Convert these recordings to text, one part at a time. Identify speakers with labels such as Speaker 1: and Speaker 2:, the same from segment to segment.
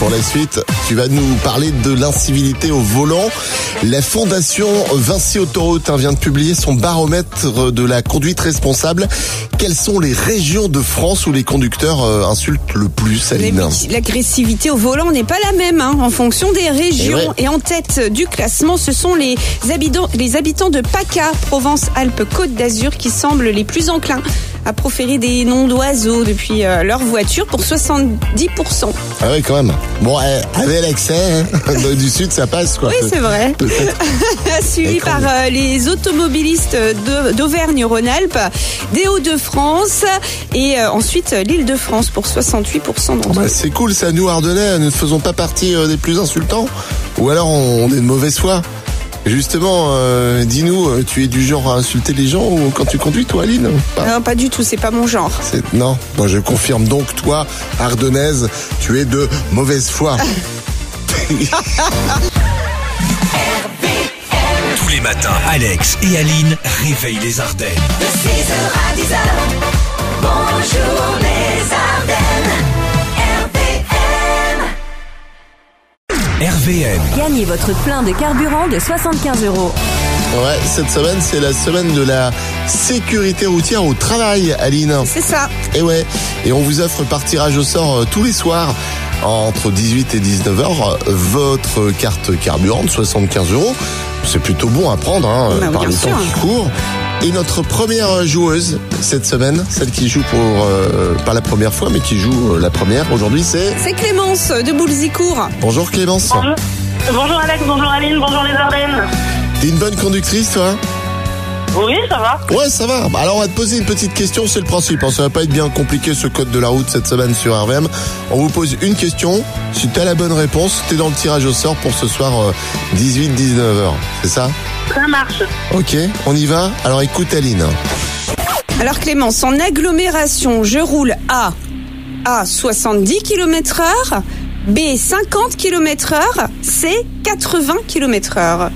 Speaker 1: Pour la suite, tu vas nous parler de l'incivilité au volant. La fondation Vinci Autoroute hein, vient de publier son baromètre de la conduite responsable. Quelles sont les régions de France où les conducteurs euh, insultent le plus,
Speaker 2: Mais
Speaker 1: Aline
Speaker 2: oui, L'agressivité au volant n'est pas la même hein, en fonction des régions.
Speaker 1: Eh ouais.
Speaker 2: Et en tête du classement, ce sont les habitants, les habitants de PACA, Provence-Alpes-Côte d'Azur, qui semblent les plus enclins à proférer des noms d'oiseaux depuis euh, leur voiture pour 70%.
Speaker 1: Ah ouais, quand même. Bon, euh, avec l'accès hein, du sud, ça passe quoi.
Speaker 2: Oui, c'est vrai.
Speaker 1: Peut-être.
Speaker 2: Suivi par euh, les automobilistes de- d'Auvergne-Rhône-Alpes, des Hauts-de-France et euh, ensuite euh, l'Île-de-France pour 68% d'entre eux.
Speaker 1: Bah, c'est cool ça, nous Ardennais, nous ne faisons pas partie euh, des plus insultants. Ou alors on, on est de mauvaise foi. Justement, euh, dis-nous, euh, tu es du genre à insulter les gens ou quand tu conduis, toi, Aline ou pas
Speaker 2: Non, pas du tout, c'est pas mon genre.
Speaker 1: C'est- Non, moi je confirme donc, toi, Ardennaise, tu es de mauvaise foi.
Speaker 3: Tous les matins, Alex et Aline réveillent les Ardennes.
Speaker 4: De 6h à 10h, bonjour les Ardennes, RPM.
Speaker 3: RVM,
Speaker 5: Gagnez votre plein de carburant de 75 euros.
Speaker 1: Ouais, cette semaine, c'est la semaine de la sécurité routière au travail, Aline.
Speaker 2: C'est ça.
Speaker 1: Et ouais, et on vous offre par tirage au sort euh, tous les soirs entre 18 et 19h votre carte carburant de 75 euros. C'est plutôt bon à prendre hein, euh,
Speaker 2: Bah oui,
Speaker 1: par
Speaker 2: bien
Speaker 1: les temps
Speaker 2: sûr.
Speaker 1: qui courent. Et notre première euh, joueuse cette semaine, celle qui joue pour euh, pas la première fois mais qui joue euh, la première aujourd'hui, c'est
Speaker 2: C'est Clémence de Boulzicourt.
Speaker 1: bonjour Clémence.
Speaker 6: Bonjour. Bonjour Alex, bonjour Aline, bonjour les Ardennes.
Speaker 1: T'es une bonne conductrice toi
Speaker 6: Oui, ça va
Speaker 1: Ouais, ça va. Bah, Alors, on va te poser une petite question, c'est le principe. hein. Ça va pas être bien compliqué ce code de la route cette semaine sur RVM. On vous pose une question. Si t'as la bonne réponse, t'es dans le tirage au sort pour ce soir euh, 18-19h. C'est ça
Speaker 6: Ça marche. Euh,
Speaker 1: Ok, on y va. Alors, écoute Aline.
Speaker 2: Alors Clémence, en agglomération, je roule à A 70 km heure, B 50 km heure, C 80 km heure.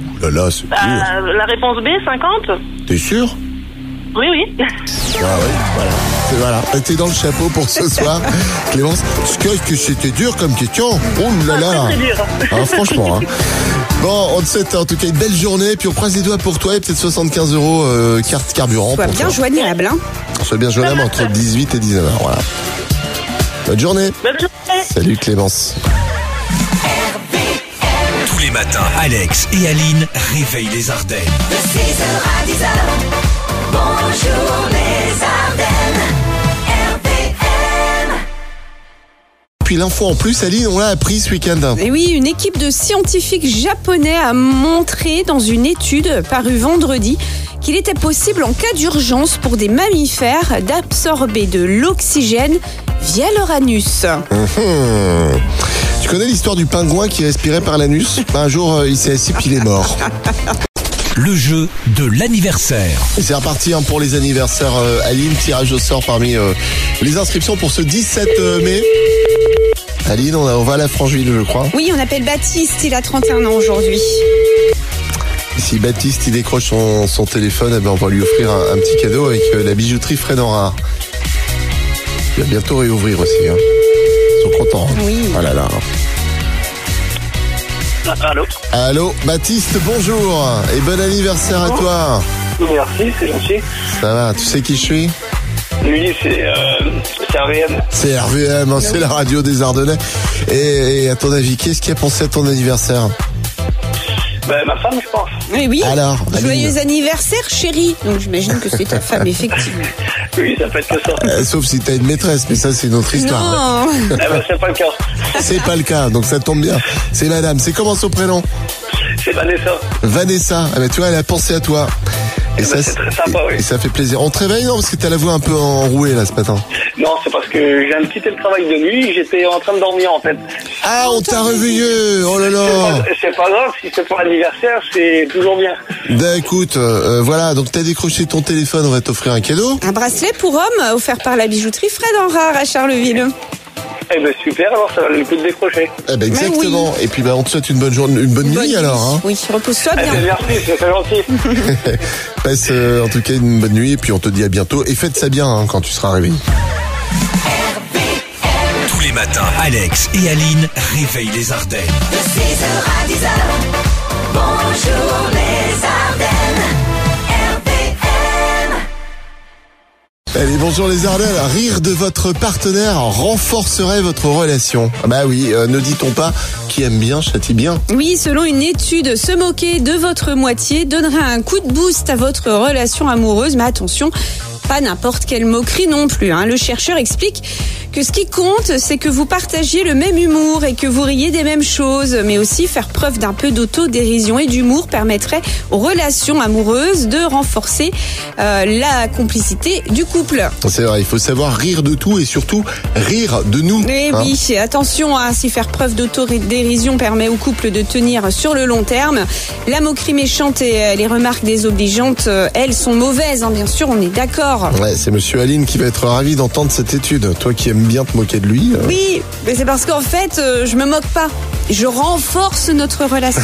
Speaker 1: Ouh là là, c'est dur.
Speaker 6: Euh, la réponse B, 50
Speaker 1: T'es sûr
Speaker 6: Oui, oui.
Speaker 1: Ah ouais, voilà. C'est- Voilà, t'es dans le chapeau pour ce soir, Clémence. Parce que- que c'était dur comme question. Ouh là là.
Speaker 6: Très dur.
Speaker 1: Hein, franchement. hein. Bon, on te souhaite en tout cas une belle journée. Puis on croise les doigts pour toi et peut-être 75 euros euh, carte carburant.
Speaker 2: Soit
Speaker 1: pour
Speaker 2: bien
Speaker 1: toi.
Speaker 2: joignable, hein
Speaker 1: Sois bien joignable entre 18 et 19 h Voilà. Bonne journée.
Speaker 6: Bonne journée.
Speaker 1: Salut Clémence.
Speaker 3: tous les matins, Alex et Aline réveillent les Ardennes.
Speaker 4: De 6h à 10h, bonjour les Ardennes, RPM.
Speaker 1: Puis l'info en plus, Aline, on l'a appris ce week-end.
Speaker 2: Et oui, une équipe de scientifiques japonais a montré dans une étude parue vendredi qu'il était possible en cas d'urgence pour des mammifères d'absorber de l'oxygène via leur anus.
Speaker 1: Hmm. Tu connais l'histoire du pingouin qui respirait par l'anus Ben, Un jour, euh, il s'est assis puis il est mort.
Speaker 3: Le jeu de l'anniversaire.
Speaker 1: Et c'est reparti hein, pour les anniversaires euh, Aline. Tirage au sort parmi euh, les inscriptions pour ce 17 mai. Aline, on, a- on va à la Francheville, je crois.
Speaker 2: Oui, on appelle Baptiste, il a 31 ans aujourd'hui.
Speaker 1: Si Baptiste il décroche son, son téléphone, eh ben, on va lui offrir un, un petit cadeau avec euh, la bijouterie Fred Enrard. Il va bientôt réouvrir aussi. Hein. Ils sont contents. hein.
Speaker 2: Oui.
Speaker 1: Ah là là.
Speaker 7: Allô
Speaker 1: Allô, Baptiste, bonjour et bon anniversaire à toi.
Speaker 7: Merci, c'est gentil.
Speaker 1: Ça va, tu sais qui je suis
Speaker 7: Lui, c'est euh, c'est Ariane.
Speaker 1: C'est RVM, hein, c'est la radio des Ardennais. Et, et à ton avis, qu'est-ce qui a pensé à ton anniversaire
Speaker 7: Ben, ma femme, je pense.
Speaker 2: Mais oui.
Speaker 1: Alors, Aline,
Speaker 2: Joyeux anniversaire, chérie. Donc j'imagine que c'est ta femme, effectivement.
Speaker 7: Oui, ça peut être que ça.
Speaker 1: euh, sauf si t'as une maîtresse, mais ça c'est une autre histoire.
Speaker 2: Non.
Speaker 7: eh ben, c'est pas le cas.
Speaker 1: C'est pas le cas, donc ça tombe bien. C'est madame, c'est comment son prénom
Speaker 7: C'est Vanessa.
Speaker 1: Vanessa, ah bah, tu vois, elle a pensé à toi. Et
Speaker 7: Eh ben, c'est très sympa, oui.
Speaker 1: et ça fait plaisir. On te réveille, non Parce que t'as la voix un peu enrouée, là, ce matin.
Speaker 7: Non, c'est parce que j'ai un petit le travail de nuit, j'étais en train de dormir, en fait. Euh,
Speaker 1: Ah, on t'a réveillé Oh là là
Speaker 7: C'est pas- C'est pas grave, si c'est pour l'anniversaire, c'est toujours bien.
Speaker 1: Ben, écoute, euh, euh, voilà, donc t'as décroché ton téléphone, on va t'offrir un cadeau.
Speaker 2: Un bracelet pour homme offert par la bijouterie Fred Enrard à Charleville.
Speaker 7: Eh ben, super, alors ça va le coup de décrocher.
Speaker 1: Eh ben,
Speaker 2: oui.
Speaker 1: exactement. Et puis, ben, on te souhaite une bonne journée, une bonne, nuit, alors. Hein.
Speaker 2: Oui, repose-toi
Speaker 7: Eh
Speaker 2: bien.
Speaker 7: ben, merci, c'est très gentil.
Speaker 1: Passe, euh, en tout cas, une bonne nuit, et puis on te dit à bientôt. Et faites ça bien, hein, quand tu seras réveillé.
Speaker 3: Tous les les matins, Alex et Aline réveillent les Ardennes.
Speaker 4: De 6h à 10h, bonjour les Ardennes, RPM.
Speaker 1: Allez, bonjour les Ardennes. Rire de votre partenaire renforcerait votre relation. Ah Bah oui, euh, ne dit-on pas qui aime bien châtie bien.
Speaker 2: Oui, selon une étude, se moquer de votre moitié donnera un coup de boost à votre relation amoureuse. Mais attention, pas n'importe quelle moquerie non plus. hein. Le chercheur explique que ce qui compte, c'est que vous partagiez le même humour et que vous riez des mêmes choses. Mais aussi, faire preuve d'un peu d'autodérision et d'humour permettrait aux relations amoureuses de renforcer euh, la complicité du couple.
Speaker 1: C'est vrai, il faut savoir rire de tout et surtout rire de nous.
Speaker 2: Eh
Speaker 1: hein.
Speaker 2: oui, attention, hein, si faire preuve d'autodérision permet au couple de tenir sur le long terme, la moquerie méchante et euh, les remarques désobligeantes, euh, elles sont mauvaises, hein, bien sûr, on est d'accord.
Speaker 1: Ouais, c'est monsieur Aline qui va être ravi d'entendre cette étude. Toi qui aimes bien te moquer de lui. euh,
Speaker 2: Oui, mais c'est parce qu'en fait, euh, je me moque pas. Je renforce notre relation.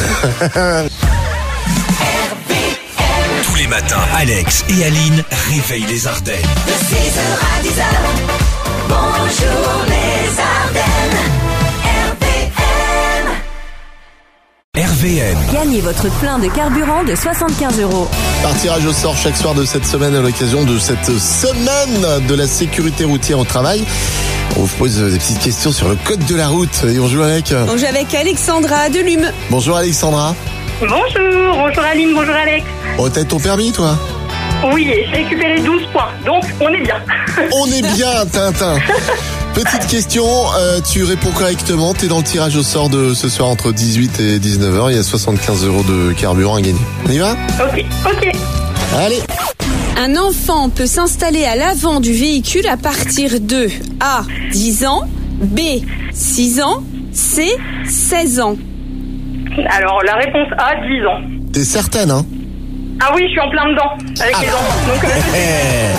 Speaker 3: Tous les matins, Alex et Aline réveillent les Ardennes.
Speaker 4: De 6h à 10h, bonjour les Ardennes, RPM.
Speaker 3: RVM,
Speaker 5: Gagnez votre plein de carburant de 75 euros.
Speaker 1: Par tirage au sort chaque soir de cette semaine à l'occasion de cette semaine de la sécurité routière au travail. On vous pose des petites questions sur le code de la route et on joue avec. euh,
Speaker 2: On joue avec Alexandra Delume.
Speaker 1: Bonjour Alexandra.
Speaker 6: Bonjour, bonjour Aline, bonjour Alex.
Speaker 1: Oh, t'as ton permis toi
Speaker 6: Oui, j'ai récupéré 12 points, donc on est bien.
Speaker 1: On est bien, Tintin. Petite question, euh, tu réponds correctement, t'es dans le tirage au sort de ce soir entre 18 et 19h, il y a 75 euros de carburant à gagner. On y va
Speaker 6: ok, ok.
Speaker 1: Allez
Speaker 2: Un enfant peut s'installer à l'avant du véhicule à partir de A. 10 ans, B. 6 ans, C. 16 ans.
Speaker 6: Alors la réponse A, 10 ans.
Speaker 1: T'es certaine, hein
Speaker 6: Ah oui, je suis en plein dedans avec
Speaker 1: Ah bah.
Speaker 6: les enfants. Donc, euh,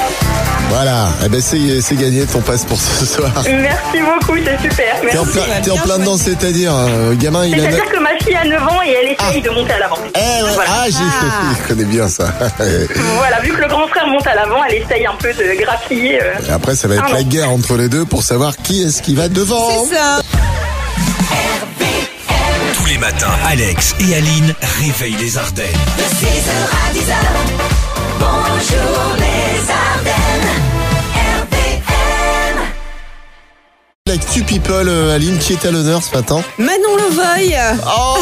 Speaker 1: Voilà, eh ben c'est c'est gagné ton passe pour ce soir.
Speaker 6: merci beaucoup, c'est super.
Speaker 1: T'es en
Speaker 6: Merci.
Speaker 1: plein, t'es en plein dedans, c'est-à-dire, euh, gamin, il a...
Speaker 6: C'est-à-dire que ma fille a 9 ans et elle essaye de monter à l'avant.
Speaker 1: Eh ouais,
Speaker 6: Voilà.
Speaker 1: ah, j'ai...
Speaker 2: Ah.
Speaker 1: je connais bien ça.
Speaker 6: Voilà, vu que le grand frère monte à l'avant, elle essaye un peu de grappiller. euh.
Speaker 1: Et après, ça va être la guerre entre les deux pour savoir qui est-ce qui va devant.
Speaker 2: C'est ça.
Speaker 3: tous les matins, Alex et Aline réveillent les Ardennes.
Speaker 4: De 6h à 10h, bonjour les Ardennes, RPM.
Speaker 1: L'actu people, euh, Aline, qui est à l'honneur ce matin
Speaker 2: Manon Levoy.
Speaker 1: Oh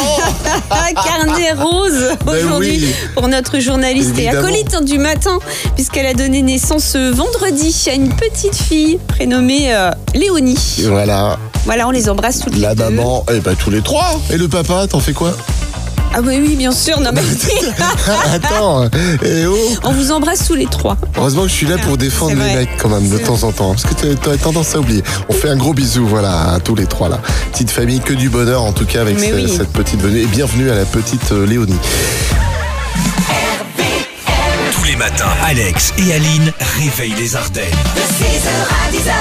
Speaker 2: Ah, carnet rose
Speaker 1: Ben
Speaker 2: aujourd'hui
Speaker 1: oui.
Speaker 2: pour notre journaliste et
Speaker 1: Évidemment.
Speaker 2: acolyte du matin, puisqu'elle a donné naissance ce vendredi à une petite fille prénommée euh, Léonie.
Speaker 1: Et Voilà,
Speaker 2: Voilà, on les embrasse toutes
Speaker 1: la
Speaker 2: les deux.
Speaker 1: maman, et ben tous les trois. Et le papa, t'en fais quoi
Speaker 2: Ah oui, oui, bien sûr. Non, mais
Speaker 1: Ah, Attends, et oh
Speaker 2: on vous embrasse tous les trois.
Speaker 1: Heureusement que je suis là pour défendre
Speaker 2: C'est
Speaker 1: les
Speaker 2: vrai.
Speaker 1: mecs quand même de temps en temps, parce que t'as- t'as tendance à oublier. On fait un gros bisou, voilà, à tous les trois là. Petite famille, que du bonheur en tout cas avec
Speaker 2: Mais
Speaker 1: ce-
Speaker 2: oui.
Speaker 1: cette petite venue. Et bienvenue à la petite euh, Léonie.
Speaker 3: Tous les matins, Alex et Aline réveillent les Ardennes.
Speaker 4: De 6h à 10h,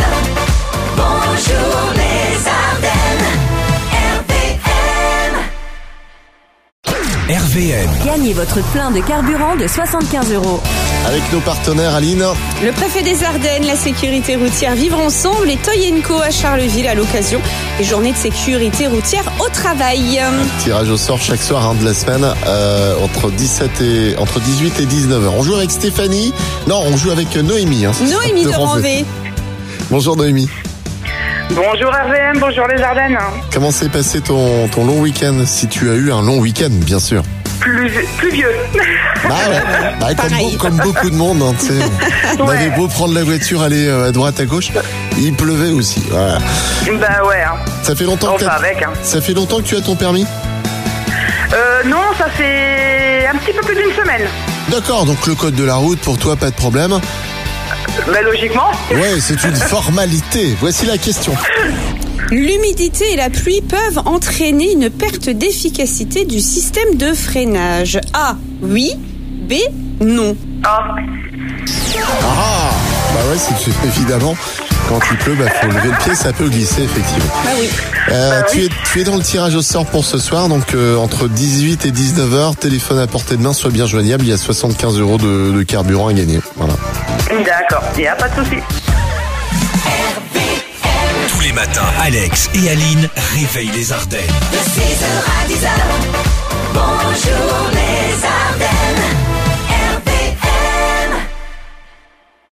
Speaker 4: bonjour les Ardennes, RPM.
Speaker 3: RVM,
Speaker 5: Gagnez votre plein de carburant de 75 euros.
Speaker 1: Avec nos partenaires Aline,
Speaker 2: Le préfet des Ardennes, la sécurité routière Vivre Ensemble et Toy Co à Charleville à l'occasion des journées de sécurité routière au travail.
Speaker 1: tirage au sort chaque soir hein, de la semaine euh, entre 17 et entre 18 et 19h. On joue avec Stéphanie. Non, on joue avec Noémie. hein, ce soir,
Speaker 2: Noémie de
Speaker 1: Ranvée. Bonjour Noémie.
Speaker 6: Bonjour RVM, bonjour les Ardennes.
Speaker 1: Comment s'est passé ton, ton long week-end Si tu as eu un long week-end, bien sûr.
Speaker 6: Plus, plus vieux.
Speaker 1: Bah ouais. Bah, comme,
Speaker 2: Pareil.
Speaker 1: beau- comme beaucoup de monde, hein, tu sais. on avait beau prendre la voiture, aller euh, à droite, à gauche, il pleuvait aussi. Voilà.
Speaker 6: bah ouais. hein.
Speaker 1: Ça fait longtemps que
Speaker 6: Enfin,
Speaker 1: t'as-
Speaker 6: avec, hein.
Speaker 1: ça fait longtemps que tu as ton permis.
Speaker 6: Euh, non, ça fait un petit peu plus d'une semaine.
Speaker 1: D'accord, donc le code de la route pour toi, pas de problème.
Speaker 6: Bah logiquement.
Speaker 1: Ouais, c'est une formalité. Voici la question.
Speaker 2: L'humidité et la pluie peuvent entraîner une perte d'efficacité du système de freinage. A. Oui. B. Non.
Speaker 6: Ah.
Speaker 1: Ah, bah ouais, c'est évidemment. Quand il pleut, bah faut lever le pied, ça peut glisser effectivement.
Speaker 2: Ah oui.
Speaker 1: Euh, tu, es, tu es dans le tirage au sort pour ce soir, donc euh, entre 18 et 19h, téléphone à portée de main, soit bien joignable, il y a 75 euros de, de carburant à gagner. Voilà.
Speaker 6: D'accord, il n'y a pas de souci.
Speaker 3: tous les Tous les matins, Alex et Aline réveillent les Ardennes.
Speaker 4: de 6h